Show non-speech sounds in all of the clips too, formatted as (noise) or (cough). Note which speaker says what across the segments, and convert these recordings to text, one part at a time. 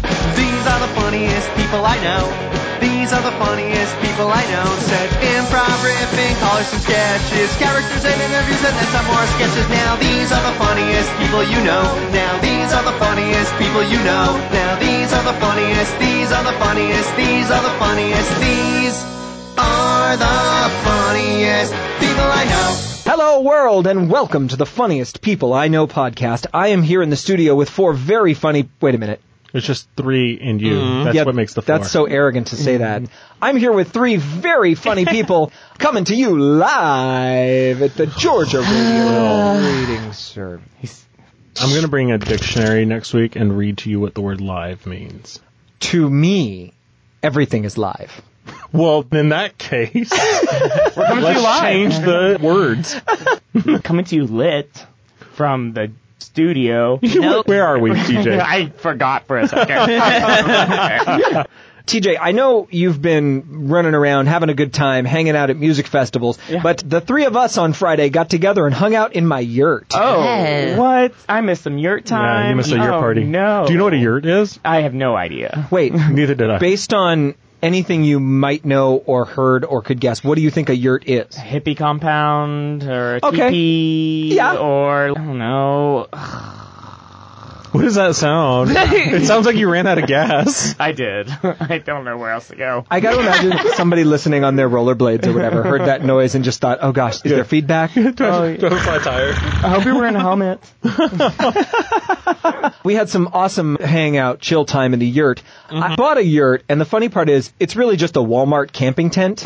Speaker 1: These are the funniest people I know. These are the funniest people I know. Said improv riffing, callers some sketches, characters and interviews, and then some more sketches. Now these are the funniest people you know. Now these are the funniest people you know. Now these are the funniest. These are the funniest. These are the funniest. These are the funniest people I know.
Speaker 2: Hello world and welcome to the funniest people I know podcast. I am here in the studio with four very funny. Wait a minute.
Speaker 3: It's just three and you. That's
Speaker 2: Yeah,
Speaker 3: what makes the four. Mm-hmm.
Speaker 2: That's so arrogant to say that. I'm here with three very
Speaker 3: (laughs)
Speaker 2: funny people coming to you live at the Georgia
Speaker 3: (sighs) Oh.
Speaker 2: Radio Reading Service.
Speaker 3: I'm going to bring a dictionary next week and read to you what the word live means.
Speaker 2: To me, everything is live.
Speaker 3: Well, in that (laughs) case, we're coming let's change (laughs) the words.
Speaker 4: coming to you lit from the studio.
Speaker 3: Where are we, TJ?
Speaker 4: I forgot for a second.
Speaker 2: TJ, I know you've been running around having a good time, hanging out at music festivals, but the three of us on Friday got together and hung out in my yurt.
Speaker 4: oh, what? I missed some yurt time.
Speaker 3: Yeah, you missed a yurt
Speaker 4: Oh,
Speaker 3: party.
Speaker 4: No.
Speaker 3: Do you know what a yurt is?
Speaker 4: I have no idea.
Speaker 3: (laughs)
Speaker 2: Wait,
Speaker 3: Neither did I.
Speaker 2: based on anything you might know or heard or could guess, what do you think a yurt is?
Speaker 4: Hippie compound or a
Speaker 2: Okay.
Speaker 4: teepee
Speaker 2: Yeah.
Speaker 4: or I don't know.
Speaker 3: what does that sound? (laughs) it sounds like you ran out of gas.
Speaker 4: I did. (laughs) I don't know where else to go.
Speaker 2: I gotta imagine somebody listening on their rollerblades or whatever heard that noise and just thought, oh gosh, is there feedback?
Speaker 3: Do I have a flat tire?
Speaker 4: I hope you're wearing a helmet.
Speaker 2: We had some awesome hangout, chill time in the yurt.
Speaker 3: Mm-hmm.
Speaker 2: I bought a yurt, and the funny part is, it's really just a Walmart camping
Speaker 3: (laughs)
Speaker 2: tent.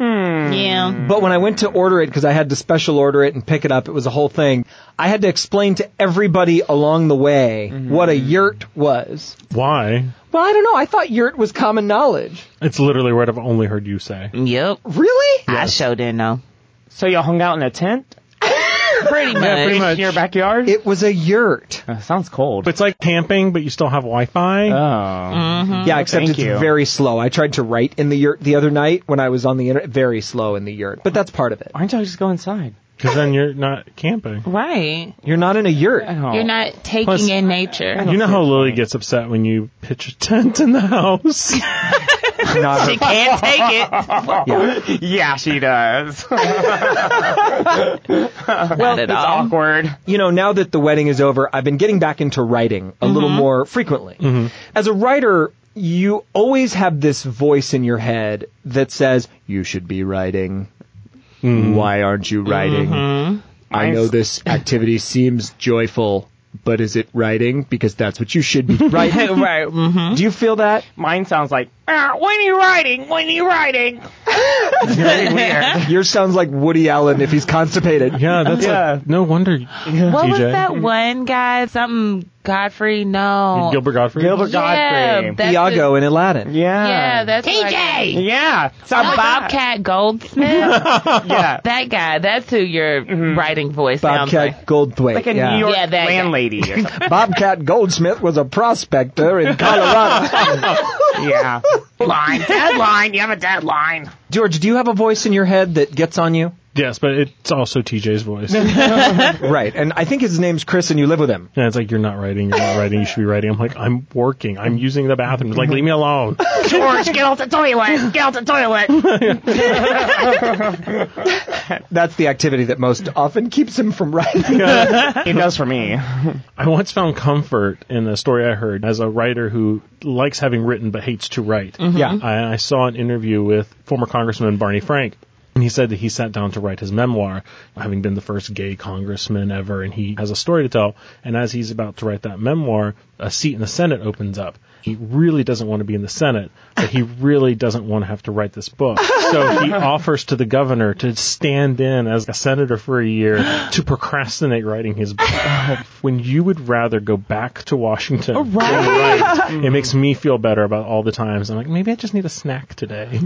Speaker 5: Yeah.
Speaker 2: But when I went to order it, because I had to special order it and pick it up, it was a whole thing. I had to explain to everybody along the way
Speaker 3: Mm-hmm.
Speaker 2: what a yurt was.
Speaker 3: Why?
Speaker 2: Well, I don't know. I thought yurt was common knowledge.
Speaker 3: It's literally what I've only heard you say.
Speaker 5: Yep.
Speaker 2: Really?
Speaker 5: I sure didn't know.
Speaker 4: (laughs) So y'all hung out in a tent
Speaker 5: Pretty much.
Speaker 3: pretty much.
Speaker 4: in your backyard?
Speaker 2: It was a yurt.
Speaker 4: Uh, sounds cold.
Speaker 3: It's like camping, but you still have Wi-Fi.
Speaker 4: oh.
Speaker 6: Uh.
Speaker 2: yeah, except
Speaker 4: thank
Speaker 2: it's
Speaker 4: you.
Speaker 2: very slow. I tried to write in the yurt the other night when I was on the internet. Very slow in the yurt, but that's part of it.
Speaker 4: Why don't y'all just go inside?
Speaker 3: Because then you're not camping.
Speaker 5: Right.
Speaker 2: You're not in a yurt.
Speaker 4: Oh.
Speaker 5: You're not taking
Speaker 3: Plus-
Speaker 5: in nature.
Speaker 3: You know how Lily gets upset when you pitch a tent in the (laughs) house?
Speaker 2: (laughs) Not a-
Speaker 5: Can't take it.
Speaker 4: Yeah, she does. (laughs)
Speaker 5: Not at
Speaker 4: It's
Speaker 5: all.
Speaker 4: awkward.
Speaker 2: you know, now that the wedding is over, I've been getting back into writing a
Speaker 4: Mm-hmm.
Speaker 2: little more frequently. As a writer, you always have this voice in your head that says, you should be writing.
Speaker 4: Mm-hmm.
Speaker 2: Why aren't you writing? I
Speaker 4: (laughs)
Speaker 2: know this activity seems joyful, but is it writing? Because that's what you should be writing.
Speaker 4: (laughs) right. mm-hmm.
Speaker 2: Do you
Speaker 4: (laughs)
Speaker 2: feel that?
Speaker 4: Mine sounds like, "Ah, when are you writing? When are you writing? Very weird.
Speaker 2: Yours sounds like Woody Allen if he's constipated.
Speaker 3: Yeah, that's
Speaker 4: Yeah.
Speaker 3: Like, no wonder.
Speaker 5: What was
Speaker 3: TJ?
Speaker 5: that one guy? Something Godfrey? No.
Speaker 3: Gilbert Godfrey.
Speaker 4: Gilbert
Speaker 5: Yeah,
Speaker 4: Godfrey.
Speaker 5: that's
Speaker 2: Iago
Speaker 5: the-
Speaker 2: in Aladdin.
Speaker 4: yeah.
Speaker 5: yeah, Oh that's TJ.
Speaker 4: Yeah. Sounds like that.
Speaker 5: Bobcat Goldsmith.
Speaker 4: Yeah.
Speaker 5: that guy. That's who your writing voice sounds like.
Speaker 2: Bobcat Goldthwait.
Speaker 4: Like a
Speaker 2: yeah.
Speaker 4: New York
Speaker 5: Yeah, that guy.
Speaker 4: landlady or something.
Speaker 5: (laughs)
Speaker 2: Bobcat Goldsmith was a
Speaker 4: (laughs)
Speaker 2: prospector in Colorado.
Speaker 4: yeah. Line. Deadline. You have a deadline.
Speaker 2: George, do you have a voice in your head that gets on you?
Speaker 3: Yes, but it's also TJ's
Speaker 4: (laughs)
Speaker 3: voice. yeah,
Speaker 2: Right. And I think his name's Chris and you live with him.
Speaker 3: it's like you're not writing. You're not writing. You should be writing. I'm like, I'm working. I'm using the bathroom. It's like, leave me alone.
Speaker 4: George, get off the toilet. Get off the toilet.
Speaker 2: That's the activity that most often keeps him from
Speaker 3: (laughs)
Speaker 2: writing.
Speaker 4: It does for me.
Speaker 3: I once found comfort in a story I heard as a writer who likes having written but hates to write.
Speaker 4: Mm-hmm.
Speaker 2: Yeah.
Speaker 3: I, I saw an interview with former Congressman Barney Frank. And he said that he sat down to write his memoir, having been the first gay congressman ever, and he has a story to tell. And as he's about to write that memoir, a seat in the Senate opens up. He really doesn't want to be in the Senate, but he really doesn't want to have to write this book. So
Speaker 5: (laughs)
Speaker 3: he offers to the governor to stand in as a senator for a year to procrastinate writing his
Speaker 5: (laughs)
Speaker 3: book. When you would rather go back to Washington
Speaker 5: Oh,
Speaker 3: than write, it makes me feel better about all the times. I'm like, maybe I just need a snack today.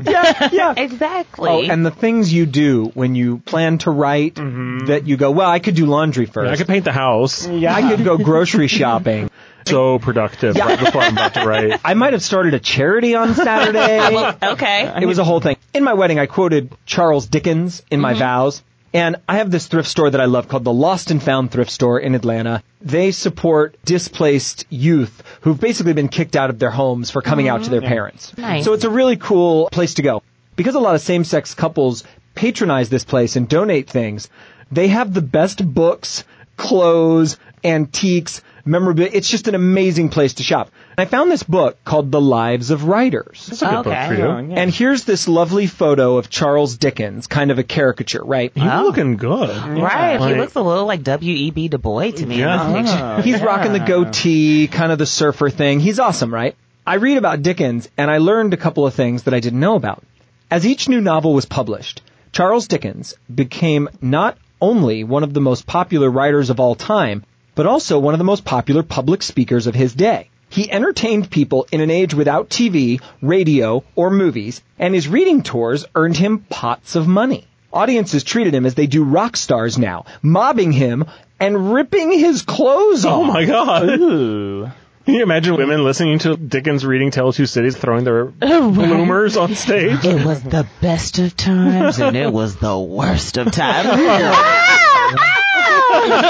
Speaker 5: Exactly.
Speaker 2: Oh, and the things you do when you plan to write that you go, well, I could do laundry first.
Speaker 3: Mm-hmm. I could paint the house.
Speaker 4: Yeah.
Speaker 2: I
Speaker 3: (laughs)
Speaker 2: could go grocery shopping.
Speaker 3: So productive. Yeah. That's what I'm about to write.
Speaker 2: I might have started a charity
Speaker 3: (laughs)
Speaker 2: on Saturday.
Speaker 5: okay.
Speaker 2: it was a whole thing. In my wedding, I quoted Charles Dickens in my vows. And I have this thrift store that I love called the Lost and Found Thrift Store in Atlanta. They support displaced youth who've basically been kicked out of their homes for coming out to their parents.
Speaker 5: Nice.
Speaker 2: So it's a really cool place to go. Because a lot of same-sex couples patronize this place and donate things, they have the best books, clothes, antiques, memorabilia. It's just an amazing place to shop. I found this book called The Lives of Writers.
Speaker 3: That's a good book
Speaker 5: Okay.
Speaker 3: for you.
Speaker 2: And here's this lovely photo of Charles Dickens, kind of a caricature, right?
Speaker 3: You're looking good.
Speaker 5: Right.
Speaker 3: Like,
Speaker 5: he looks a little like W.E.B. Du Bois to me.
Speaker 3: Yeah.
Speaker 5: in this picture.
Speaker 2: He's rocking the goatee, kind of the surfer thing. He's awesome, right? I read about Dickens and I learned a couple of things that I didn't know about. As each new novel was published, Charles Dickens became not only one of the most popular writers of all time, but also one of the most popular public speakers of his day. He entertained people in an age without TV, radio, or movies, and his reading tours earned him pots of money. Audiences treated him as they do rock stars now, mobbing him and ripping his clothes off.
Speaker 3: Oh
Speaker 6: (laughs)
Speaker 3: my god.
Speaker 6: Ooh.
Speaker 3: Can you imagine women listening to Dickens reading Tale of Two Cities throwing their
Speaker 6: (laughs) Oh,
Speaker 3: bloomers on stage?
Speaker 5: It was the best of times and it was the worst of times.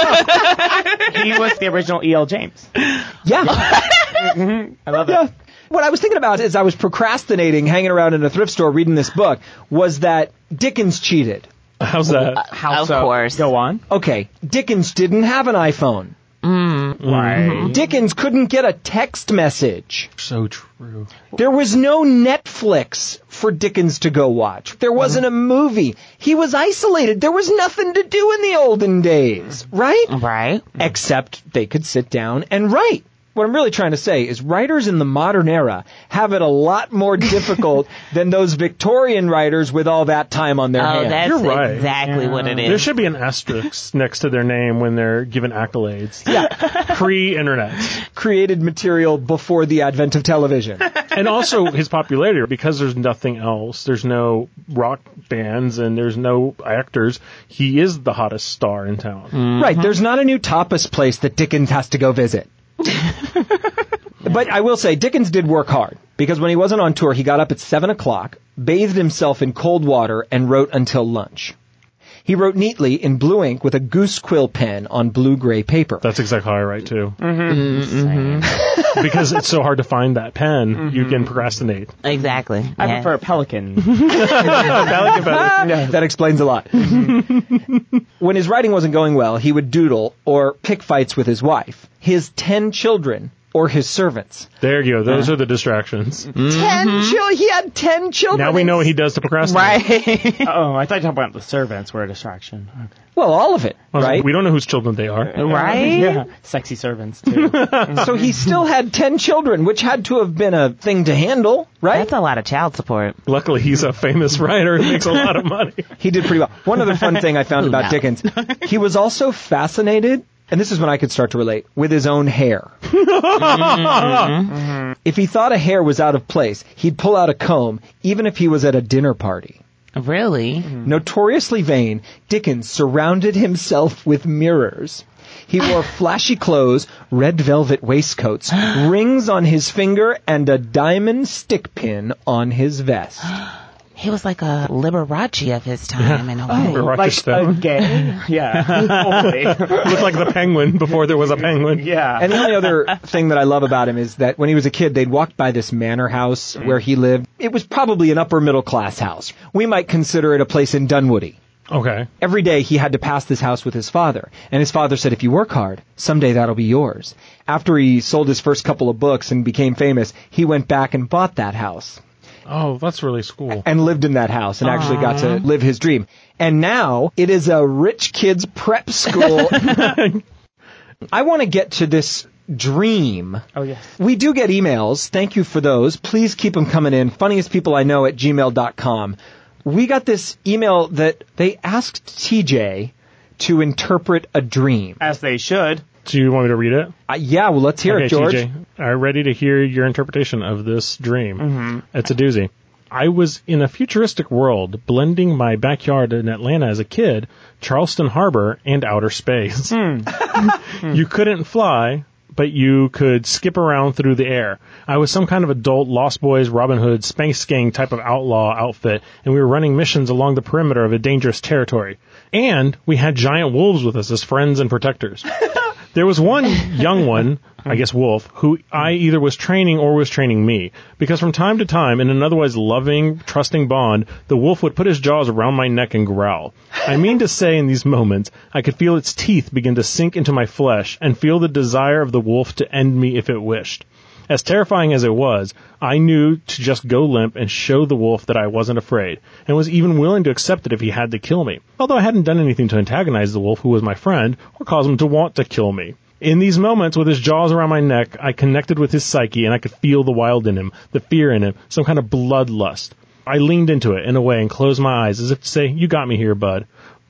Speaker 6: He was the original
Speaker 4: E
Speaker 6: E.L. James.
Speaker 2: Yeah.
Speaker 6: I love it.
Speaker 2: yeah. (laughs) What I was thinking about as I was procrastinating, hanging around in a thrift store reading this book, was that Dickens cheated.
Speaker 3: How's that?
Speaker 6: How
Speaker 5: Of
Speaker 6: so?
Speaker 5: course.
Speaker 6: Go on.
Speaker 2: Okay, Dickens didn't have an iPhone.
Speaker 3: Mm.
Speaker 5: Mm-hmm.
Speaker 6: Right.
Speaker 2: Dickens couldn't get a text message.
Speaker 3: So true.
Speaker 2: There was no Netflix for Dickens to go watch. There wasn't a movie. He was isolated. There was nothing to do in the olden days, right?
Speaker 5: right?
Speaker 2: except they could sit down and write. What I'm really trying to say is writers in the modern era have it a lot
Speaker 5: (laughs)
Speaker 2: more difficult than those Victorian writers with all that time on their
Speaker 5: Oh,
Speaker 2: hands.
Speaker 5: that's
Speaker 3: You're right.
Speaker 5: exactly what it
Speaker 3: There
Speaker 5: is.
Speaker 3: should be an asterisk (laughs) next to their name when they're given accolades. Yeah. (laughs) Pre-internet.
Speaker 2: Created material before the advent of television.
Speaker 3: And also his popularity because there's nothing else. There's no rock bands and there's no actors. He is the hottest star in town.
Speaker 6: Mm.
Speaker 2: Right, there's not a new tapas place that Dickens has to go
Speaker 3: (laughs)
Speaker 2: visit. but I will say, Dickens did work hard because when he wasn't on tour, he got up at 7 o'clock, bathed himself in cold water, and wrote until lunch. He wrote neatly in blue ink with a goose quill pen on blue gray paper.
Speaker 3: That's exactly how I write too.
Speaker 6: Mm-hmm.
Speaker 3: Mm-hmm. (laughs) because it's so hard to find that pen,
Speaker 6: Mm-hmm.
Speaker 3: you can procrastinate.
Speaker 5: exactly.
Speaker 6: I
Speaker 5: Yeah.
Speaker 6: prefer
Speaker 5: (laughs)
Speaker 6: Pelican.
Speaker 2: (laughs) that explains a lot.
Speaker 3: Mm-hmm.
Speaker 2: (laughs) when his writing wasn't going well, he would doodle or pick fights with his wife, his 10 children, or his servants.
Speaker 3: There you go. Those are the distractions.
Speaker 2: 10 children? He had 10 children.
Speaker 3: Mm-hmm. Now we know what he does to procrastinate.
Speaker 5: Right.
Speaker 6: oh, I thought you were talking about the servants were a distraction. Okay.
Speaker 2: Well, all of it, right?
Speaker 3: Um, We don't know whose children they are.
Speaker 5: right?
Speaker 6: Yeah. Sexy servants,
Speaker 5: (laughs)
Speaker 6: too.
Speaker 2: So he still had 10 children, which had to have been a thing to handle, right?
Speaker 5: That's a lot of child support.
Speaker 3: Luckily, he's a famous writer who makes a lot of money.
Speaker 2: He did pretty well. One other fun thing I found about
Speaker 5: no.
Speaker 2: Dickens, he was also fascinated, and this is when I could start to relate, with his own hair. If he thought a hair was out of place, he'd pull out a comb, even if he was at a dinner party.
Speaker 5: Really?
Speaker 2: Notoriously vain, Dickens surrounded himself with mirrors. He wore flashy clothes, red velvet waistcoats, rings on his finger, and a diamond stick pin on his vest.
Speaker 5: He was like a Liberace of his time in a way.
Speaker 3: Rochester.
Speaker 6: like a gay.
Speaker 5: (laughs)
Speaker 6: Yeah. Totally.
Speaker 3: Looked like the penguin before there was a penguin.
Speaker 6: yeah. (laughs)
Speaker 2: And the only other thing that I love about him is that when he was a kid, they'd walk by this manor house where he lived. It was probably an upper middle class house. We might consider it a place in Dunwoody.
Speaker 3: Okay.
Speaker 2: Every day he had to pass this house with his father, and his father said, if you work hard, someday that'll be yours. After he sold his first couple of books and became famous, he went back and bought that house
Speaker 3: Oh, that's really cool.
Speaker 2: and lived in that house and actually got to live his dream. And now it is a rich kid's prep school. I want to get to this dream.
Speaker 6: oh, yes.
Speaker 2: We do get emails. Thank you for those. Please keep them coming in. Funniestpeopleiknow at gmail.com. We got this email that they asked TJ to interpret a dream.
Speaker 6: As they should.
Speaker 3: Do you want me to read it?
Speaker 2: Uh, yeah, well, let's hear
Speaker 3: Okay,
Speaker 2: it, George.
Speaker 3: TJ, I'm ready to hear your interpretation of this dream.
Speaker 2: Mm-hmm.
Speaker 3: It's a doozy. I was in a futuristic world, blending my backyard in Atlanta as a
Speaker 2: Hmm.
Speaker 3: (laughs) kid, Charleston Harbor, and outer space. you couldn't fly, but you could skip around through the air. I was some kind of adult Lost Boys, Robin Hood, Spanx Gang type of outlaw outfit, and we were running missions along the perimeter of a dangerous territory. And we had giant wolves with us as friends and protectors. There was one young one, I guess Wolf, who I either was training or was training me. Because from time to time, in an otherwise loving, trusting bond, the wolf would put his jaws around my neck and growl. I mean to say, in these moments, I could feel its teeth begin to sink into my flesh and feel the desire of the wolf to end me if it wished. As terrifying as it was, I knew to just go limp and show the wolf that I wasn't afraid, and was even willing to accept it if he had to kill me, although I hadn't done anything to antagonize the wolf who was my friend or cause him to want to kill me. In these moments, with his jaws around my neck, I connected with his psyche and I could feel the wild in him, the fear in him, some kind of bloodlust. I leaned into it in a way and closed my eyes as if to say, You got me here, bud.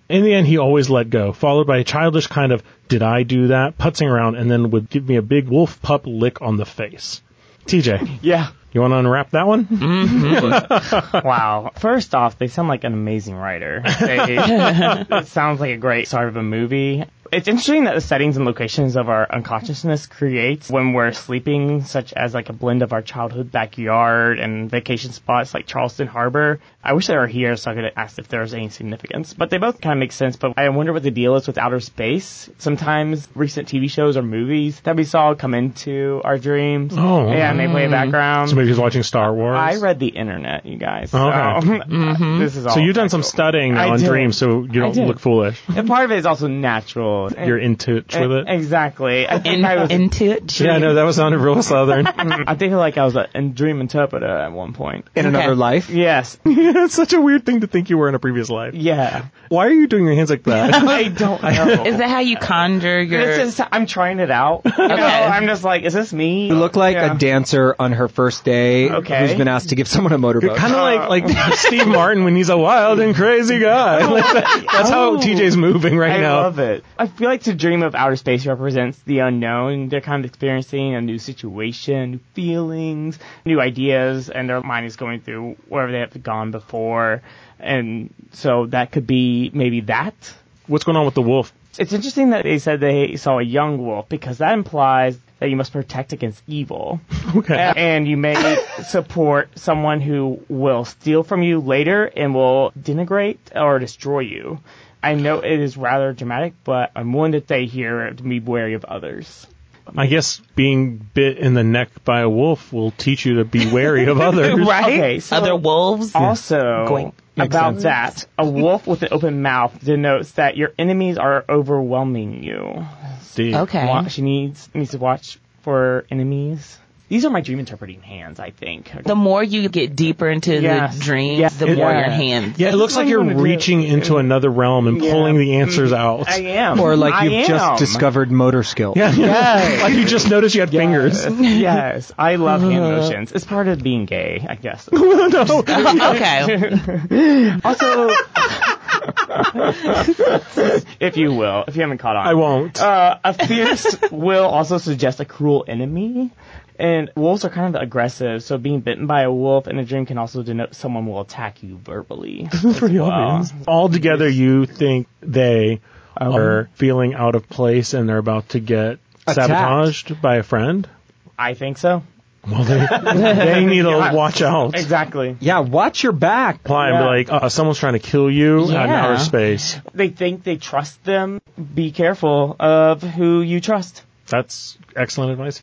Speaker 3: In the end, he always let go, followed by a childish kind of, did I do that? putzing around, and then would give me a big wolf pup lick on the face. TJ,
Speaker 6: Yeah.
Speaker 3: you want to unwrap that one?
Speaker 6: Mm-hmm. (laughs) Wow. First off, they sound like an amazing writer. They, (laughs) it sounds like a great start of a movie. It's interesting that the settings and locations of our unconsciousness creates when we're sleeping, such as like a blend of our childhood backyard and vacation spots like Charleston Harbor. I wish they were here so I could ask if there's any significance, but they both kind of make sense. But I wonder what the deal is with outer space. Sometimes recent TV shows or movies that we saw come into our dreams.
Speaker 3: Oh.
Speaker 6: yeah, and they play a background.
Speaker 3: Somebody who's watching Star Wars.
Speaker 6: I read the internet, you guys. So (laughs)
Speaker 3: Okay. Mm-hmm.
Speaker 6: this is all.
Speaker 3: so you've done some
Speaker 6: natural.
Speaker 3: studying
Speaker 6: I
Speaker 3: on
Speaker 6: did.
Speaker 3: dreams, so you don't
Speaker 6: did.
Speaker 3: look foolish.
Speaker 6: And part of it is also natural.
Speaker 3: (laughs)
Speaker 6: Eh,
Speaker 3: You're in touch with it.
Speaker 6: Exactly. I think
Speaker 5: In,
Speaker 6: I was.
Speaker 5: into it.
Speaker 3: Yeah, no, that was sounded real
Speaker 6: (laughs)
Speaker 3: southern. (laughs)
Speaker 6: I think like I was a, in dream interpreter at one point.
Speaker 2: in another life.
Speaker 6: Yes.
Speaker 3: it's such a weird thing to think you were in a previous life. (laughs)
Speaker 6: Yeah.
Speaker 3: Why are you doing your hands like
Speaker 6: (laughs)
Speaker 3: that?
Speaker 6: I don't know.
Speaker 5: Is that how you conjure your?
Speaker 6: This is. I'm trying it
Speaker 2: (laughs)
Speaker 6: out. You know, I'm just like, is this me?
Speaker 2: You look like
Speaker 6: Yeah.
Speaker 2: a dancer on her first day
Speaker 6: Okay.
Speaker 2: who's been asked to give someone a Oh. motorboat.
Speaker 3: kind of like like Steve Martin when he's a wild and
Speaker 2: (laughs)
Speaker 3: crazy guy. Like that- that's
Speaker 2: Oh.
Speaker 3: how TJ's moving right
Speaker 6: I
Speaker 3: now.
Speaker 6: love it. I feel like to dream of outer space represents the unknown. They're kind of experiencing a new situation, new feelings, new ideas, and their mind is going through wherever they have gone before. And so that could be maybe that.
Speaker 3: What's going on with the wolf?
Speaker 6: It's interesting that they said they saw a young wolf because that implies that you must protect against evil. (laughs)
Speaker 3: Okay.
Speaker 6: A- And you may support someone who will steal from you later and will denigrate or destroy you. I know it is rather dramatic, but I'm willing to stay here to be wary of others.
Speaker 3: I guess being bit in the neck by a wolf will teach you to be wary
Speaker 6: (laughs)
Speaker 3: of others.
Speaker 5: Right?
Speaker 6: Okay, so
Speaker 5: Other wolves.
Speaker 6: also
Speaker 5: Going-
Speaker 6: about that, a wolf with an open mouth denotes that your enemies are overwhelming you.
Speaker 3: Steve.
Speaker 5: Okay.
Speaker 6: Wa- she needs needs to watch for enemies. These are my dream interpreting hands, I think.
Speaker 5: The more you get deeper into
Speaker 6: Yes.
Speaker 5: the dream,
Speaker 6: Yes.
Speaker 5: the more
Speaker 6: Yeah.
Speaker 5: your hand.
Speaker 3: Yeah, it looks like you're
Speaker 6: What do you wanna do?
Speaker 3: reaching into another realm and
Speaker 6: Yeah. Mm-hmm.
Speaker 3: pulling the answers out.
Speaker 6: I am.
Speaker 2: or like
Speaker 6: I
Speaker 2: you've
Speaker 6: am.
Speaker 2: just discovered motor skills.
Speaker 3: Yeah. (laughs)
Speaker 6: Yes.
Speaker 3: like you just noticed you had fingers.
Speaker 6: yes, I love hand motions. It's part of being gay,
Speaker 3: (laughs)
Speaker 6: I guess.
Speaker 5: (laughs) okay.
Speaker 6: also, (laughs) if you will, if you haven't caught on,
Speaker 3: (laughs) I won't.
Speaker 6: (laughs) Uh, a fierce will also suggests a cruel enemy. And wolves are kind of aggressive, so being bitten by a wolf in a dream can also denote someone will attack you
Speaker 3: (laughs)
Speaker 6: verbally.
Speaker 3: Pretty obvious. Altogether, you think they are feeling out of place and they're about to get
Speaker 2: Attacked.
Speaker 3: sabotaged by a
Speaker 6: (laughs)
Speaker 3: friend.
Speaker 6: I think so.
Speaker 3: Well, they, they need to
Speaker 6: Yeah.
Speaker 3: watch out.
Speaker 6: Exactly.
Speaker 2: Yeah, watch your back.
Speaker 3: Apply and be
Speaker 6: Yeah.
Speaker 3: like, uh, someone's trying to kill you out in
Speaker 5: Yeah.
Speaker 3: outer space.
Speaker 6: They think they trust them. Be careful of who you trust.
Speaker 3: That's excellent advice.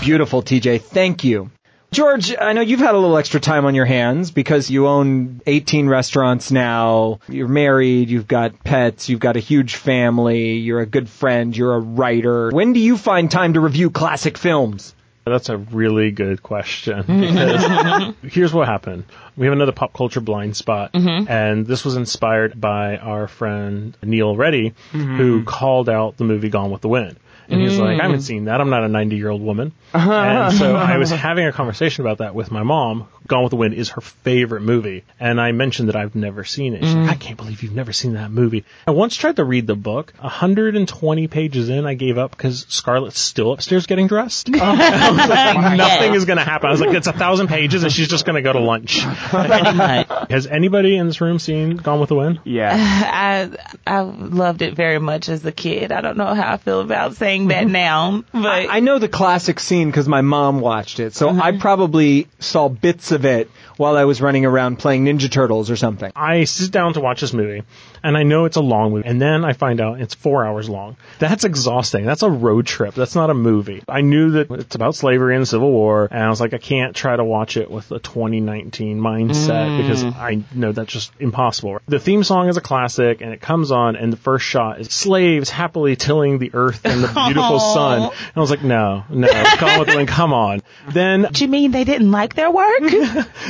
Speaker 2: Beautiful, TJ. Thank you. George, I know you've had a little extra time on your hands because you own 18 restaurants now. You're married, you've got pets, you've got a huge family, you're a good friend, you're a writer. When do you find time to review classic films?
Speaker 3: That's a really good question. because here's what happened. We have another pop culture blind spot, and this was inspired by our friend Neil Reddy, who called out the movie Gone with the Wind. And he's like, I haven't seen that. I'm not a 90 year old woman. And so I was having a conversation about that with my mom. Gone with the Wind is her favorite movie. And I mentioned that I've never seen it. She's like, I can't believe you've never seen that movie. I once tried to read the book. 120 pages in, I gave up because Scarlett's still upstairs getting dressed. I was like, nothing is going to happen. I was like, it's a thousand pages and she's just going to go to lunch.
Speaker 5: Pretty much.
Speaker 3: Has anybody in this room seen Gone with the Wind?
Speaker 6: Yeah.
Speaker 5: I I loved it very much as a kid. I don't know how I feel about saying that now, but
Speaker 2: I know the classic scene because my mom watched it, so
Speaker 3: Mm-hmm.
Speaker 2: I probably saw bits of it while I was running around playing Ninja Turtles or something.
Speaker 3: I sit down to watch this movie and I know it's a long movie and then I find out it's four hours long. That's exhausting. That's a road trip. That's not a movie. I knew that it's about slavery and the Civil War and I was like, I can't try to watch it with a 2019 mindset because I know that's just impossible. The theme song is a classic and it comes on and the first shot is slaves happily tilling the earth and the beautiful sun. And I was like, no, no, come on, come on. Then
Speaker 5: do you mean they didn't like their work?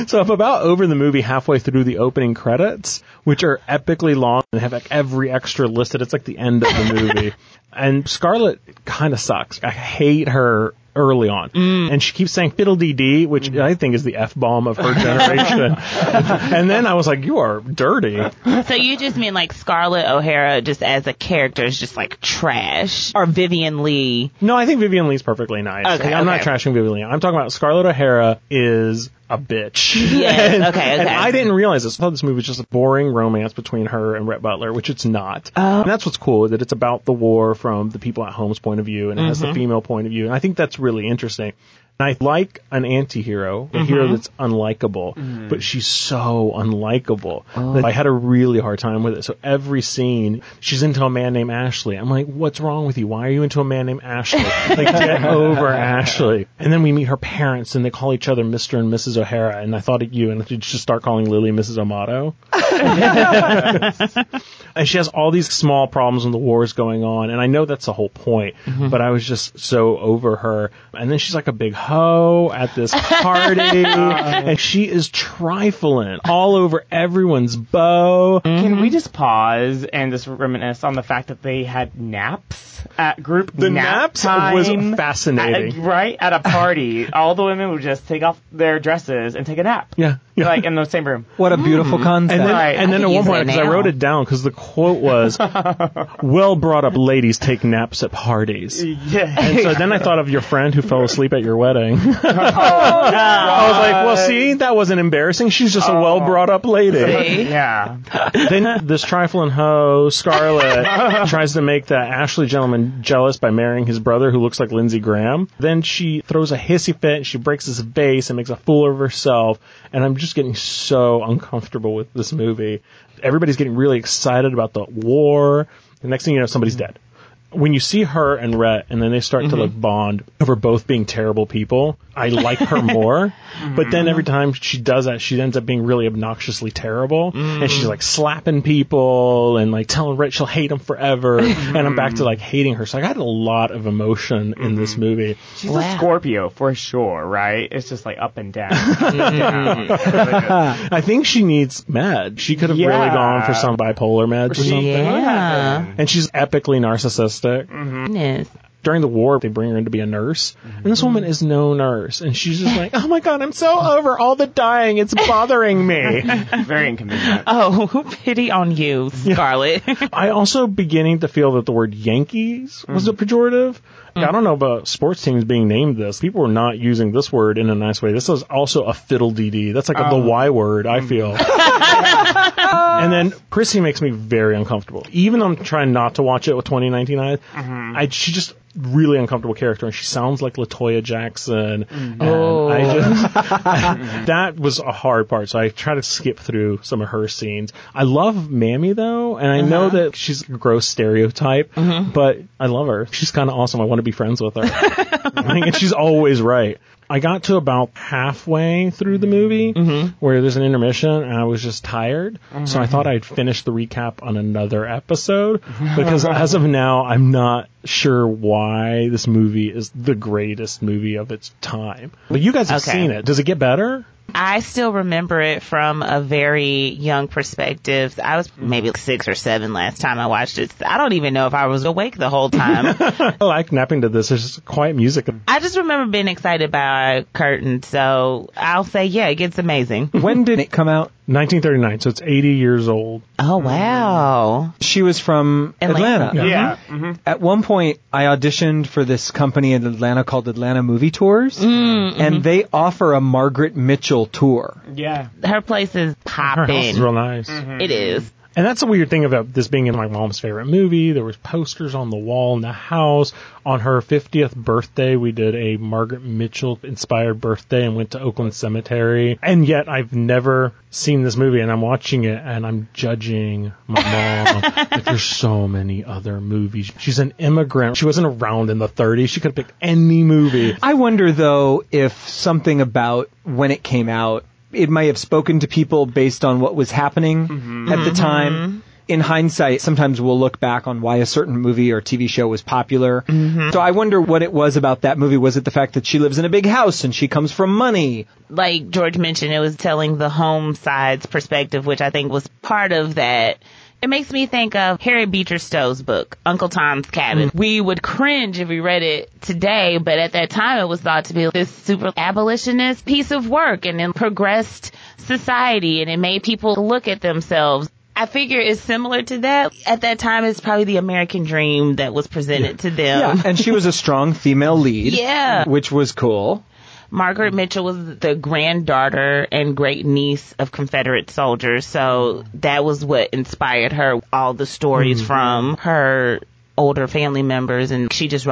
Speaker 3: so I'm about over the movie halfway through the opening credits, which are epically long and have like every extra listed. It's like the end of the
Speaker 5: (laughs)
Speaker 3: movie. and Scarlett kind of sucks. I hate her early on.
Speaker 5: Mm.
Speaker 3: And she keeps saying fiddle dee dee, which I think is the F bomb of her generation.
Speaker 5: (laughs)
Speaker 3: and then I was like, you are dirty.
Speaker 5: (laughs) so you just mean like Scarlett O'Hara just as a character is just like trash, or Vivian Lee?
Speaker 3: No, I think Vivian Lee's perfectly nice.
Speaker 5: Okay,
Speaker 3: I'm not
Speaker 5: okay.
Speaker 3: trashing Vivian Lee. I'm talking about Scarlett O'Hara is a bitch.
Speaker 5: (laughs)
Speaker 3: (laughs)
Speaker 5: Yes,
Speaker 3: and,
Speaker 5: okay, okay.
Speaker 3: And I didn't realize this. I thought this movie was just a boring romance between her and Rhett Butler, which it's not.
Speaker 5: Oh.
Speaker 3: and that's what's cool, that it's about the war from the people at home's point of view, and it
Speaker 5: Mm-hmm.
Speaker 3: has the female point of view, and I think that's really interesting. And I like an anti-hero,
Speaker 5: Mm-hmm.
Speaker 3: a hero that's unlikable,
Speaker 5: Mm.
Speaker 3: but she's so unlikable. that I had a really hard time with it. So every scene, she's into a man named Ashley. I'm like, what's wrong with you? Why are you into a man named Ashley? like, get over Ashley. And then we meet her parents and they call each other Mr. and Mrs. O'Hara. And I thought of you and you just start calling Lily Mrs. Amato. and she has all these small problems when the war is going on, and I know that's the whole point, but I was just so over her. And then she's like a big hoe at this party, and she is trifling all over everyone's bow.
Speaker 6: Can we just pause and just reminisce on the fact that they had naps at group
Speaker 3: The
Speaker 6: nap
Speaker 3: naps was
Speaker 6: time?
Speaker 3: fascinating.
Speaker 6: At- right at
Speaker 3: (laughs)
Speaker 6: a party, all the women would just take off their dresses and take a nap.
Speaker 3: Yeah, yeah.
Speaker 6: like in the
Speaker 3: (laughs)
Speaker 6: same room.
Speaker 2: What a beautiful concept.
Speaker 3: Mm. And then,
Speaker 6: Right.
Speaker 3: and then
Speaker 5: I
Speaker 3: at one
Speaker 5: could use
Speaker 3: point,
Speaker 5: that
Speaker 3: because I
Speaker 5: now.
Speaker 3: wrote it down, because the quote
Speaker 6: (laughs)
Speaker 3: was, "Well brought up ladies take naps at parties."
Speaker 6: Yeah.
Speaker 3: And so then I thought of your friend who fell asleep at your wedding. (laughs) I was like,
Speaker 6: Uh,
Speaker 3: well, see, that wasn't embarrassing. She's just
Speaker 6: oh.
Speaker 3: a well brought up lady.
Speaker 6: yeah.
Speaker 3: then this trifling hoe, Scarlett, tries to make that Ashley gentleman jealous by marrying his brother who looks like Lindsey Graham. Then she throws a hissy fit and she breaks his vase and makes a fool of herself. And I'm just getting so uncomfortable with this movie. Everybody's getting really excited about the war. The next thing you know, somebody's dead when you see her and Rhett, and then they start to like bond over both being terrible people, I like her more. But then every time she does that, she ends up being really obnoxiously terrible, and she's like slapping people and like telling Rhett she'll hate him forever. And I'm back to like hating her. So I got a lot of emotion in this movie.
Speaker 6: She's
Speaker 5: Wow.
Speaker 6: a Scorpio for sure, right? It's just like up and down. Up and down. It's like a-
Speaker 3: I think she needs med. She could have really
Speaker 6: Yeah.
Speaker 3: gone for some bipolar meds or (laughs) something.
Speaker 5: Yeah.
Speaker 3: And she's epically narcissistic.
Speaker 5: Goodness.
Speaker 3: during the war, they bring her in to be a nurse, and this woman is no nurse, and she's just like, "Oh my god, I'm so over all the dying. It's bothering me."
Speaker 6: Very
Speaker 3: (laughs) Uh-huh.
Speaker 6: inconvenient.
Speaker 5: Oh, (laughs) pity on you, Scarlett.
Speaker 3: I also beginning to feel that the word Yankees was a pejorative. I don't know about sports teams being named this. People were not using this word in a nice way. This is also a fiddle DD. That's like the Y word, I feel. and then Prissy makes me very uncomfortable. Even though I'm trying not to watch it with 2019 eyes, I, she just really uncomfortable character and she sounds like Latoya Jackson. And
Speaker 5: Oh.
Speaker 3: I just, (laughs) that was a hard part. So I try to skip through some of her scenes. I love Mammy though, and I know that she's a gross stereotype, but I love her. She's kind of awesome. I want to be friends with her. I think- (laughs) and she's always right. I got to about halfway through the movie where there's an intermission and I was just tired. So I thought I'd finish the recap on another episode because as of now, I'm not sure why this movie is the greatest movie of its time. But you guys have
Speaker 5: Okay.
Speaker 3: seen it. Does it get better?
Speaker 5: I still remember it from a very young perspective. I was maybe six or seven last time I watched it. I don't even know if I was awake the whole time.
Speaker 3: I like napping to this. There's just quiet music.
Speaker 5: I just remember being excited by Curtain, so I'll say, yeah, it gets
Speaker 3: (laughs)
Speaker 5: amazing.
Speaker 2: When did it come out?
Speaker 3: 1939, so it's 80 years old.
Speaker 5: Oh, wow.
Speaker 2: She was from Atlanta.
Speaker 5: Atlanta.
Speaker 6: Yeah.
Speaker 3: Mm-hmm.
Speaker 6: hmm
Speaker 2: At one point, I auditioned for this company in Atlanta called Atlanta Movie Tours, and they offer a Margaret Mitchell tour.
Speaker 6: Yeah.
Speaker 5: Her place is
Speaker 3: Her house is
Speaker 5: popping.
Speaker 3: real nice.
Speaker 5: It is.
Speaker 3: And that's the weird thing about this being in my mom's favorite movie. There was posters on the wall in the house. On her 50th birthday, we did a Margaret Mitchell inspired birthday and went to Oakland Cemetery. And yet I've never seen this movie and I'm watching it and I'm judging my mom. like, there's so many other movies. She's an immigrant. She wasn't around in the 30s. She could have picked any movie.
Speaker 2: I wonder though if something about when it came out, it might have spoken to people based on what was happening at the time. In hindsight, sometimes we'll look back on why a certain movie or TV show was popular. So I wonder what it was about that movie. Was it the fact that she lives in a big house and she comes from money?
Speaker 5: Like George mentioned, it was telling the home side's perspective, which I think was part of that. It makes me think of Harry Beecher Stowe's book, Uncle Tom's Cabin.
Speaker 2: Mm-hmm.
Speaker 5: We would cringe if we read it today, but at that time it was thought to be this super abolitionist piece of work and then progressed society and it made people look at themselves. I figure it's similar to that. At that time, it's probably the American dream that was presented to them.
Speaker 2: Yeah, and she was a strong female lead.
Speaker 5: Yeah.
Speaker 2: Which was cool.
Speaker 5: Margaret Mitchell was the granddaughter and great niece of Confederate soldiers, so that was what inspired her. All the stories from her older family members, and she just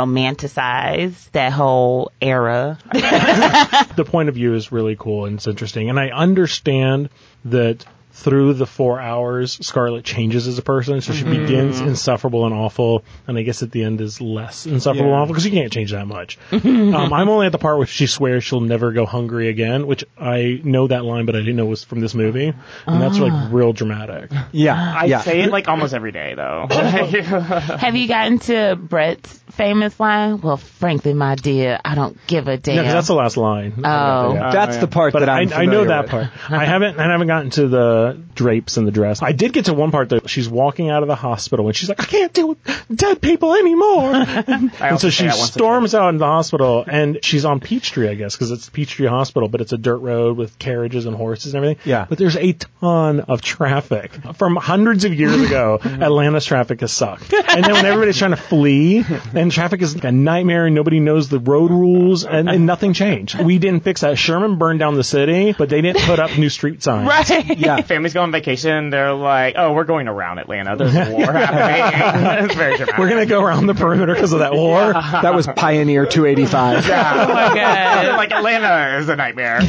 Speaker 5: romanticized that whole era.
Speaker 3: the point of view is really cool and it's interesting. And I understand that through the four hours, Scarlett changes as a person. So she begins insufferable and awful, and I guess at the end is less insufferable and awful because you can't change that much. um, I'm only at the part where she swears she'll never go hungry again, which I know that line, but I didn't know it was from this movie, and that's like real dramatic.
Speaker 2: Yeah.
Speaker 6: I
Speaker 2: yeah.
Speaker 6: say it like almost every
Speaker 3: (laughs)
Speaker 6: day though.
Speaker 5: (laughs) Have you gotten to Brett's famous line? Well, frankly, my dear, I don't give a damn.
Speaker 3: Yeah, 'cause that's the last line.
Speaker 5: Oh.
Speaker 3: Yeah.
Speaker 2: That's the part
Speaker 3: But
Speaker 2: that
Speaker 3: I,
Speaker 2: I'm
Speaker 3: I know
Speaker 2: familiar
Speaker 3: that
Speaker 2: with.
Speaker 3: part.
Speaker 2: (laughs)
Speaker 3: I haven't. I haven't gotten to the drapes and the dress. I did get to one part though. She's walking out of the hospital and she's like, "I can't deal with dead
Speaker 2: (laughs)
Speaker 3: people anymore." and so
Speaker 6: also say
Speaker 3: she
Speaker 6: that once a
Speaker 3: storms out into the hospital and she's on Peachtree, I guess, because it's Peachtree Hospital, but it's a dirt road with carriages and horses and everything.
Speaker 2: Yeah.
Speaker 3: But there's a ton of traffic from hundreds of years ago. Atlanta's traffic has sucked, and then when everybody's trying to flee, and traffic is like a nightmare, and nobody knows the road rules, and, and nothing changed. We didn't fix that. Sherman burned down the city, but they didn't put up new street
Speaker 2: (laughs)
Speaker 3: signs.
Speaker 5: right.
Speaker 3: (laughs)
Speaker 2: Yeah.
Speaker 6: Families go on vacation. They're like, oh, we're going around Atlanta. There's a war happening. (laughs) it's very dramatic.
Speaker 3: We're gonna go around the perimeter because of that war.
Speaker 2: That was Pioneer
Speaker 3: (laughs)
Speaker 2: 285.
Speaker 5: Oh my God.
Speaker 6: Uh, like Atlanta is a nightmare.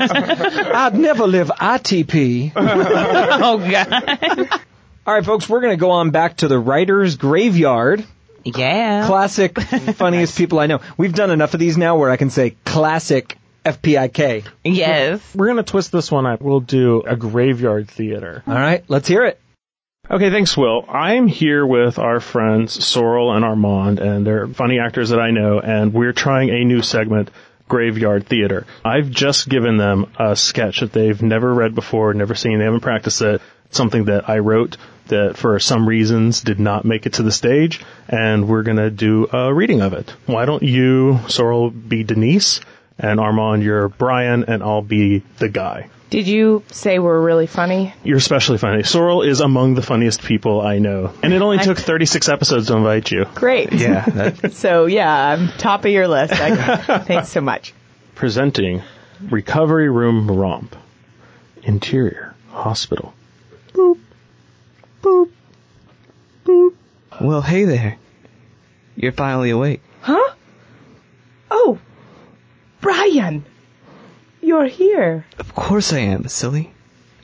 Speaker 2: I'd never live ITP.
Speaker 5: Oh God.
Speaker 2: All right, folks, we're going to go on back to the writer's graveyard.
Speaker 5: (laughs) Yeah.
Speaker 2: Classic, funniest people I know. We've done enough of these now where I can say classic FPIK.
Speaker 5: (laughs) yes.
Speaker 3: We're gonna twist this one up. We'll do a graveyard theater.
Speaker 2: All right, let's hear it.
Speaker 3: Okay, thanks, Will. I'm here with our friends Sorrel and Armand, and they're funny actors that I know, and we're trying a new segment, Graveyard Theater. I've just given them a sketch that they've never read before, never seen, they haven't practiced it, something that I wrote that for some reasons did not make it to the stage, and we're gonna do a reading of it. Why don't you, Sorrel, be Denise, and Armand, you're Brian, and I'll be the guy.
Speaker 7: Did you say we're really funny?
Speaker 3: You're especially funny. Sorrel is among the funniest people I know. And it only took 36 episodes to invite you.
Speaker 7: Great.
Speaker 3: Yeah.
Speaker 7: (laughs) So yeah, I'm top of your list. I, thanks so much.
Speaker 3: (laughs) Presenting Recovery Room Romp. Interior Hospital.
Speaker 8: Well, hey there. You're finally awake.
Speaker 7: Huh? Oh, Brian, you're here.
Speaker 8: Of course I am, silly.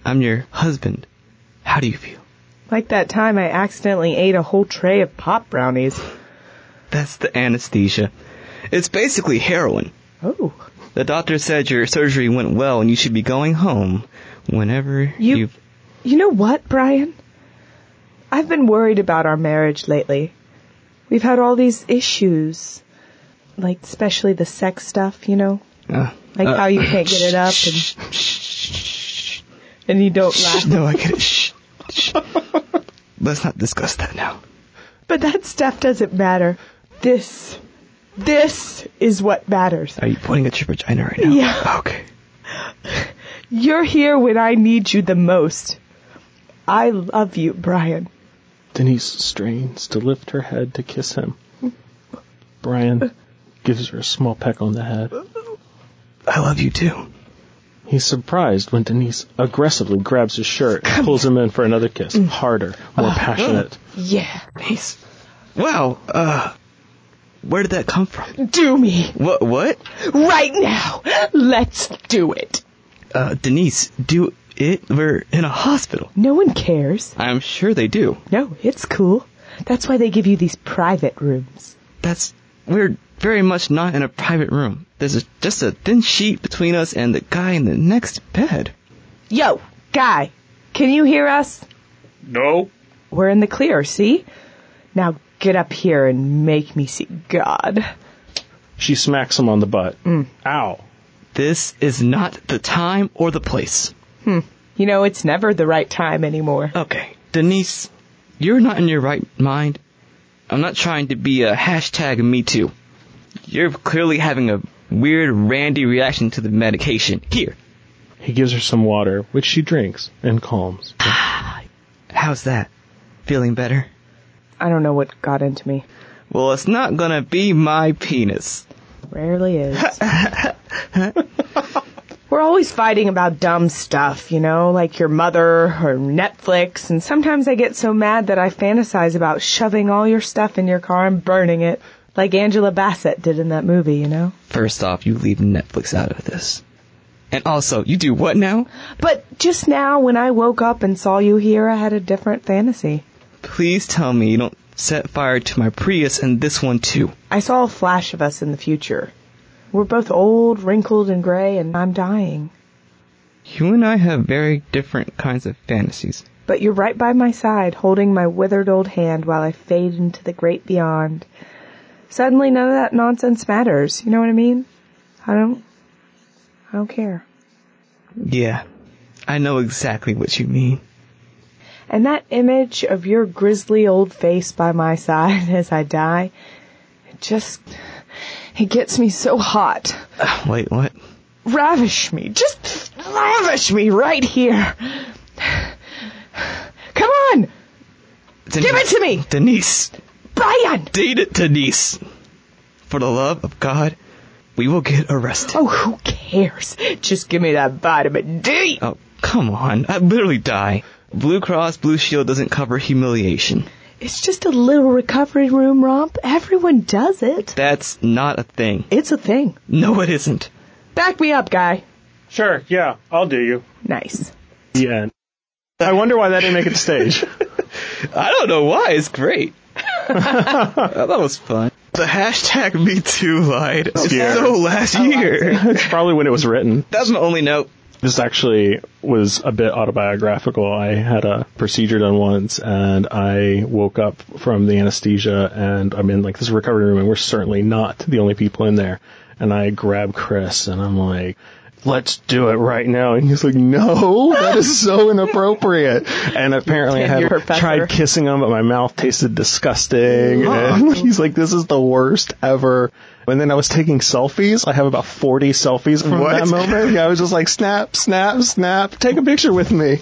Speaker 8: I'm your husband. How do you feel?
Speaker 7: Like that time I accidentally ate a whole tray of pop brownies.
Speaker 8: That's the anesthesia. It's basically heroin.
Speaker 7: Oh,
Speaker 8: The doctor said your surgery went well and you should be going home whenever
Speaker 7: You-
Speaker 8: you've-
Speaker 7: you know what, Brian? I've been worried about our marriage lately. We've had all these issues, like especially the sex stuff, you know.
Speaker 9: Uh,
Speaker 7: Like how you can't get it up and and you don't laugh.
Speaker 9: no, I get it. (laughs) Shh, shh. Let's not discuss that now.
Speaker 7: But that stuff doesn't matter. This, this is what matters.
Speaker 9: Are you pointing at your vagina right now?
Speaker 7: Yeah.
Speaker 9: Okay.
Speaker 7: (laughs) You're here when I need you the most. I love you, Brian.
Speaker 3: Denise strains to lift her head to kiss him. Brian gives her a small peck on the head.
Speaker 9: I love you too.
Speaker 3: He's surprised when Denise aggressively grabs his shirt and pulls him in for another kiss, harder, more passionate.
Speaker 7: Yeah.
Speaker 9: Nice. Wow. Uh, where did that come from?
Speaker 7: Do me.
Speaker 9: What? What?
Speaker 7: Right now. Let's do it.
Speaker 9: Uh, Denise, do it. We're in a hospital.
Speaker 7: No one cares.
Speaker 9: I'm sure they do.
Speaker 7: No, it's cool. That's why they give you these private rooms.
Speaker 9: That's we're very much not in a private room. There's a, just a thin sheet between us and the guy in the next bed.
Speaker 7: Yo, guy, can you hear us?
Speaker 3: No.
Speaker 7: We're in the clear, see? Now get up here and make me see God.
Speaker 3: She smacks him on the butt. Ow.
Speaker 9: This is not the time or the place.
Speaker 7: You know, it's never the right time anymore.
Speaker 9: Okay, Denise, you're not in your right mind. I'm not trying to be a hashtag me too. You're clearly having a weird randy reaction to the medication. Here.
Speaker 3: He gives her some water, which she drinks and calms.
Speaker 9: How's that? Feeling better?
Speaker 7: I don't know what got into me.
Speaker 9: Well, it's not gonna be my penis.
Speaker 7: Rarely
Speaker 9: (laughs)
Speaker 7: is. (laughs) We're always fighting about dumb stuff, you know, like your mother or Netflix, and sometimes I get so mad that I fantasize about shoving all your stuff in your car and burning it, like Angela Bassett did in that movie, you know?
Speaker 9: First off, you leave Netflix out of this. And also, you do what now?
Speaker 7: But just now, when I woke up and saw you here, I had a different fantasy.
Speaker 9: Please tell me you don't set fire to my Prius and this one too.
Speaker 7: I saw a flash of us in the future. We're both old, wrinkled, and gray, and I'm dying.
Speaker 9: You and I have very different kinds of fantasies.
Speaker 7: But you're right by my side, holding my withered old hand while I fade into the great beyond. Suddenly none of that nonsense matters. You know what I mean? I don't, I don't care.
Speaker 9: Yeah, I know exactly what you mean.
Speaker 7: And that image of your grisly old face by my (laughs) side as I die, it just, it gets me so hot.
Speaker 9: Wait, what?
Speaker 7: Ravish me. Just ravish me right here. (sighs) Come on!
Speaker 9: Denise.
Speaker 7: Give it to me!
Speaker 9: Denise!
Speaker 7: Brian!
Speaker 9: Date it, Denise! For the love of God, we will get arrested.
Speaker 7: Oh, who cares? Just give me that vitamin D!
Speaker 9: Oh, come on. I'd literally die. Blue Cross Blue Shield doesn't cover humiliation.
Speaker 7: It's just a little recovery room romp. Everyone does it.
Speaker 9: That's not a thing.
Speaker 7: It's a thing.
Speaker 9: No, it isn't.
Speaker 7: Back me up, guy.
Speaker 3: Sure, yeah, I'll do you.
Speaker 7: Nice.
Speaker 3: The end. I wonder why that didn't make it to stage. (laughs)
Speaker 9: I don't know why. It's great. (laughs) that was fun. The hashtag Me Too lied
Speaker 3: Yeah.
Speaker 9: so last year.
Speaker 3: it's probably when it was written.
Speaker 9: That's my only note.
Speaker 3: This actually was a bit autobiographical. I had a procedure done once and I woke up from the anesthesia and I'm in like this recovery room and we're certainly not the only people in there. And I grab Chris and I'm like, let's do it right now. And he's like, no, that is so inappropriate. And apparently I had
Speaker 7: Your professor.
Speaker 3: tried kissing him, but my mouth tasted disgusting. And (laughs) he's like, this is the worst ever. And then I was taking selfies. I have about 40 selfies from that moment. Yeah, I was just like, snap, snap, snap, take a picture with me.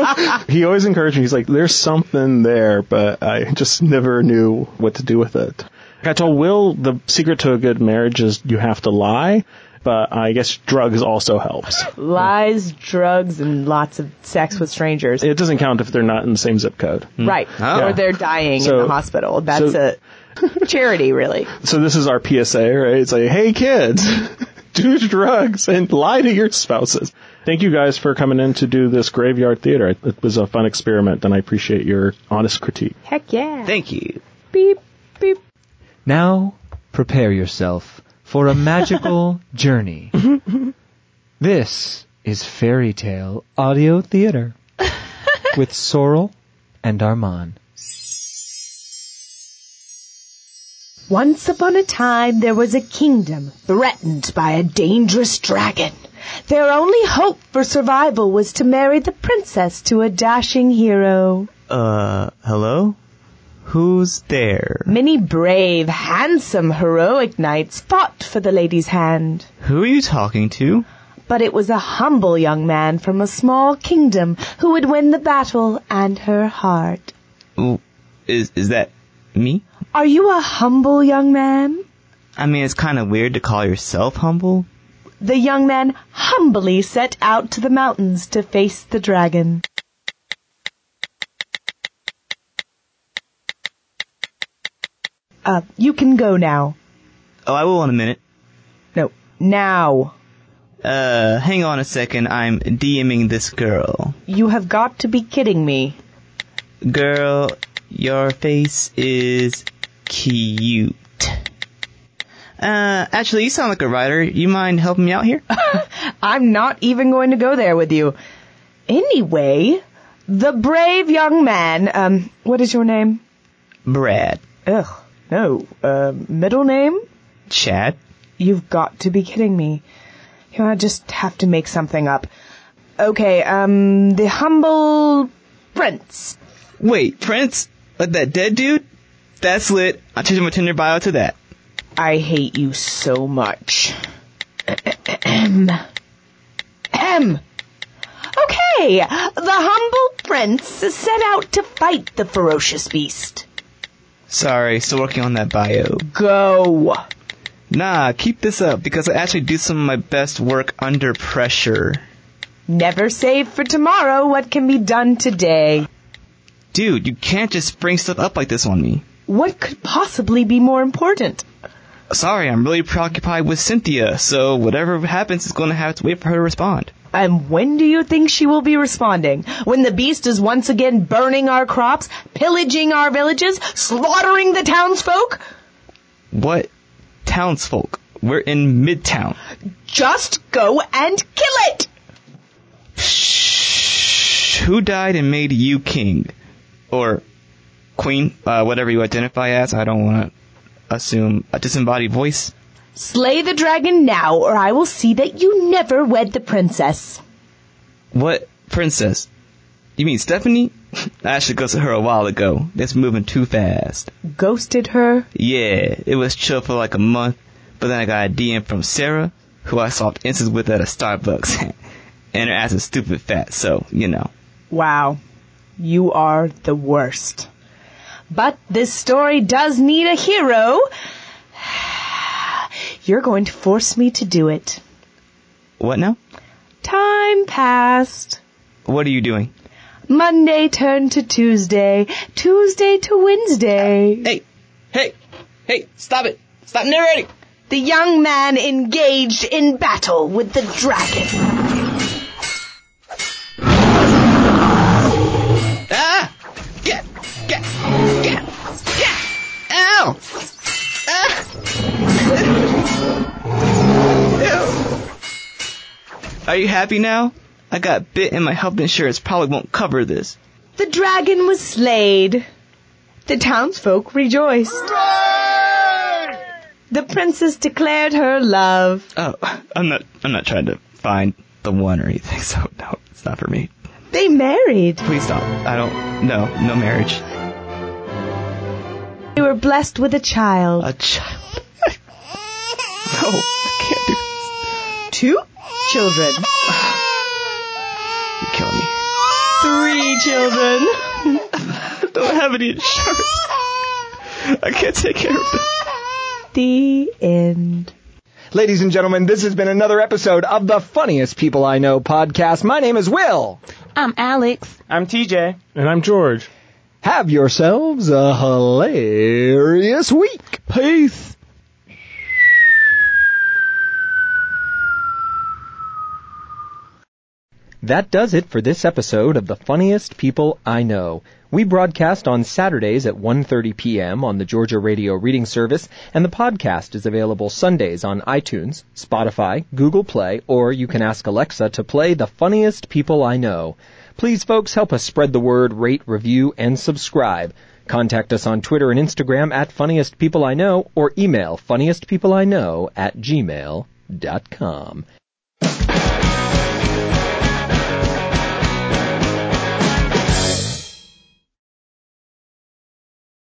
Speaker 3: (laughs) he always encouraged me. He's like, there's something there, but I just never knew what to do with it. I told Will the secret to a good marriage is you have to lie, but I guess drugs also helps.
Speaker 7: Lies, drugs, and lots of sex with strangers.
Speaker 3: It doesn't count if they're not in the same zip code.
Speaker 7: Right.
Speaker 9: Oh.
Speaker 7: Or they're dying
Speaker 3: So-
Speaker 7: in the hospital. That's
Speaker 3: so-
Speaker 7: a charity, really.
Speaker 3: So this is our PSA, right? It's like, hey kids, (laughs) do drugs and lie to your spouses. Thank you guys for coming in to do this graveyard theater. It was a fun experiment and I appreciate your honest critique.
Speaker 7: Heck yeah.
Speaker 9: Thank you.
Speaker 7: Beep, beep.
Speaker 2: Now, prepare yourself for a magical journey. This is Fairy Tale Audio Theater with Sorrel and Armand.
Speaker 7: Once upon a time, there was a kingdom threatened by a dangerous dragon. Their only hope for survival was to marry the princess to a dashing hero.
Speaker 9: Uh, hello? Who's there?
Speaker 7: Many brave, handsome, heroic knights fought for the lady's hand.
Speaker 9: Who are you talking to?
Speaker 7: But it was a humble young man from a small kingdom who would win the battle and her heart.
Speaker 9: Ooh, Is, is that me?
Speaker 7: Are you a humble young man?
Speaker 9: I mean, it's kind of weird to call yourself humble.
Speaker 7: The young man humbly set out to the mountains to face the dragon. Uh, you can go now.
Speaker 9: Oh, I will in a minute.
Speaker 7: No, now.
Speaker 9: Uh, hang on a second. I'm DMing this girl.
Speaker 7: You have got to be kidding me.
Speaker 9: Girl, your face is cute. Uh, actually, you sound like a writer. You mind helping me out here?
Speaker 7: I'm not even going to go there with you. Anyway, the brave young man, um, what is your name?
Speaker 9: Brad.
Speaker 7: Ugh, no, uh, middle name?
Speaker 9: Chad.
Speaker 7: You've got to be kidding me. You know, I just have to make something up. Okay, um, the humble prince.
Speaker 9: Wait, Prince? Like that dead dude? That's lit. I'm changing my Tinder bio to that.
Speaker 7: I hate you so much. Ahem. Ahem. Okay, the humble prince set out to fight the ferocious beast.
Speaker 9: Sorry, still working on that bio.
Speaker 7: Go.
Speaker 9: Nah, keep this up because I actually do some of my best work under pressure.
Speaker 7: Never save for tomorrow what can be done today.
Speaker 9: Dude, you can't just bring stuff up like this on me.
Speaker 7: What could possibly be more important?
Speaker 9: Sorry, I'm really preoccupied with Cynthia, so whatever happens is going to have to wait for her to respond.
Speaker 7: And when do you think she will be responding? When the beast is once again burning our crops, pillaging our villages, slaughtering the townsfolk?
Speaker 9: What? Townsfolk. We're in Midtown.
Speaker 7: Just go and kill it!
Speaker 9: Shh. Who died and made you king? Or queen? Uh, whatever you identify as. I don't want to assume a disembodied voice.
Speaker 7: Slay the dragon now, or I will see that you never wed the princess.
Speaker 9: What princess? You mean Stephanie? (laughs) I actually ghosted her a while ago. That's moving too fast.
Speaker 7: Ghosted her?
Speaker 9: Yeah, it was chill for like a month, but then I got a DM from Sarah, who I swapped instances with at a Starbucks. (laughs) and her ass is stupid fat, so, you know.
Speaker 7: Wow. You are the worst. But this story does need a hero. (sighs) You're going to force me to do it.
Speaker 9: What now?
Speaker 7: Time passed.
Speaker 9: What are you doing?
Speaker 7: Monday turned to Tuesday, Tuesday to Wednesday.
Speaker 9: Hey, hey, hey, stop it. Stop narrating.
Speaker 7: The young man engaged in battle with the dragon.
Speaker 9: Ah! Get! Get! Get! Get! Ow! Ah! Ew. Are you happy now? I got bit and my health insurance probably won't cover this.
Speaker 7: The dragon was slayed. The townsfolk rejoiced. The princess declared her love.
Speaker 9: Oh, I'm not, I'm not trying to find the one or anything, (laughs) so no, it's not for me.
Speaker 7: They married.
Speaker 9: Please stop. I don't, no, no marriage.
Speaker 7: They were blessed with a child.
Speaker 9: A child. (laughs) no, I can't do this.
Speaker 7: Two children.
Speaker 9: You're killing me.
Speaker 7: Three children.
Speaker 9: I (laughs) don't have any insurance. I can't take care of them.
Speaker 7: The end.
Speaker 2: Ladies and gentlemen, this has been another episode of the Funniest People I Know podcast. My name is Will.
Speaker 5: I'm Alex.
Speaker 6: I'm TJ.
Speaker 3: And I'm George.
Speaker 2: Have yourselves a hilarious week. Peace. That does it for this episode of The Funniest People I Know. We broadcast on Saturdays at 1:30 p.m. on the Georgia Radio Reading Service, and the podcast is available Sundays on iTunes, Spotify, Google Play, or you can ask Alexa to play The Funniest People I Know. Please, folks, help us spread the word, rate, review, and subscribe. Contact us on Twitter and Instagram at Funniest People I Know or email funniestpeopleiknow at gmail.com.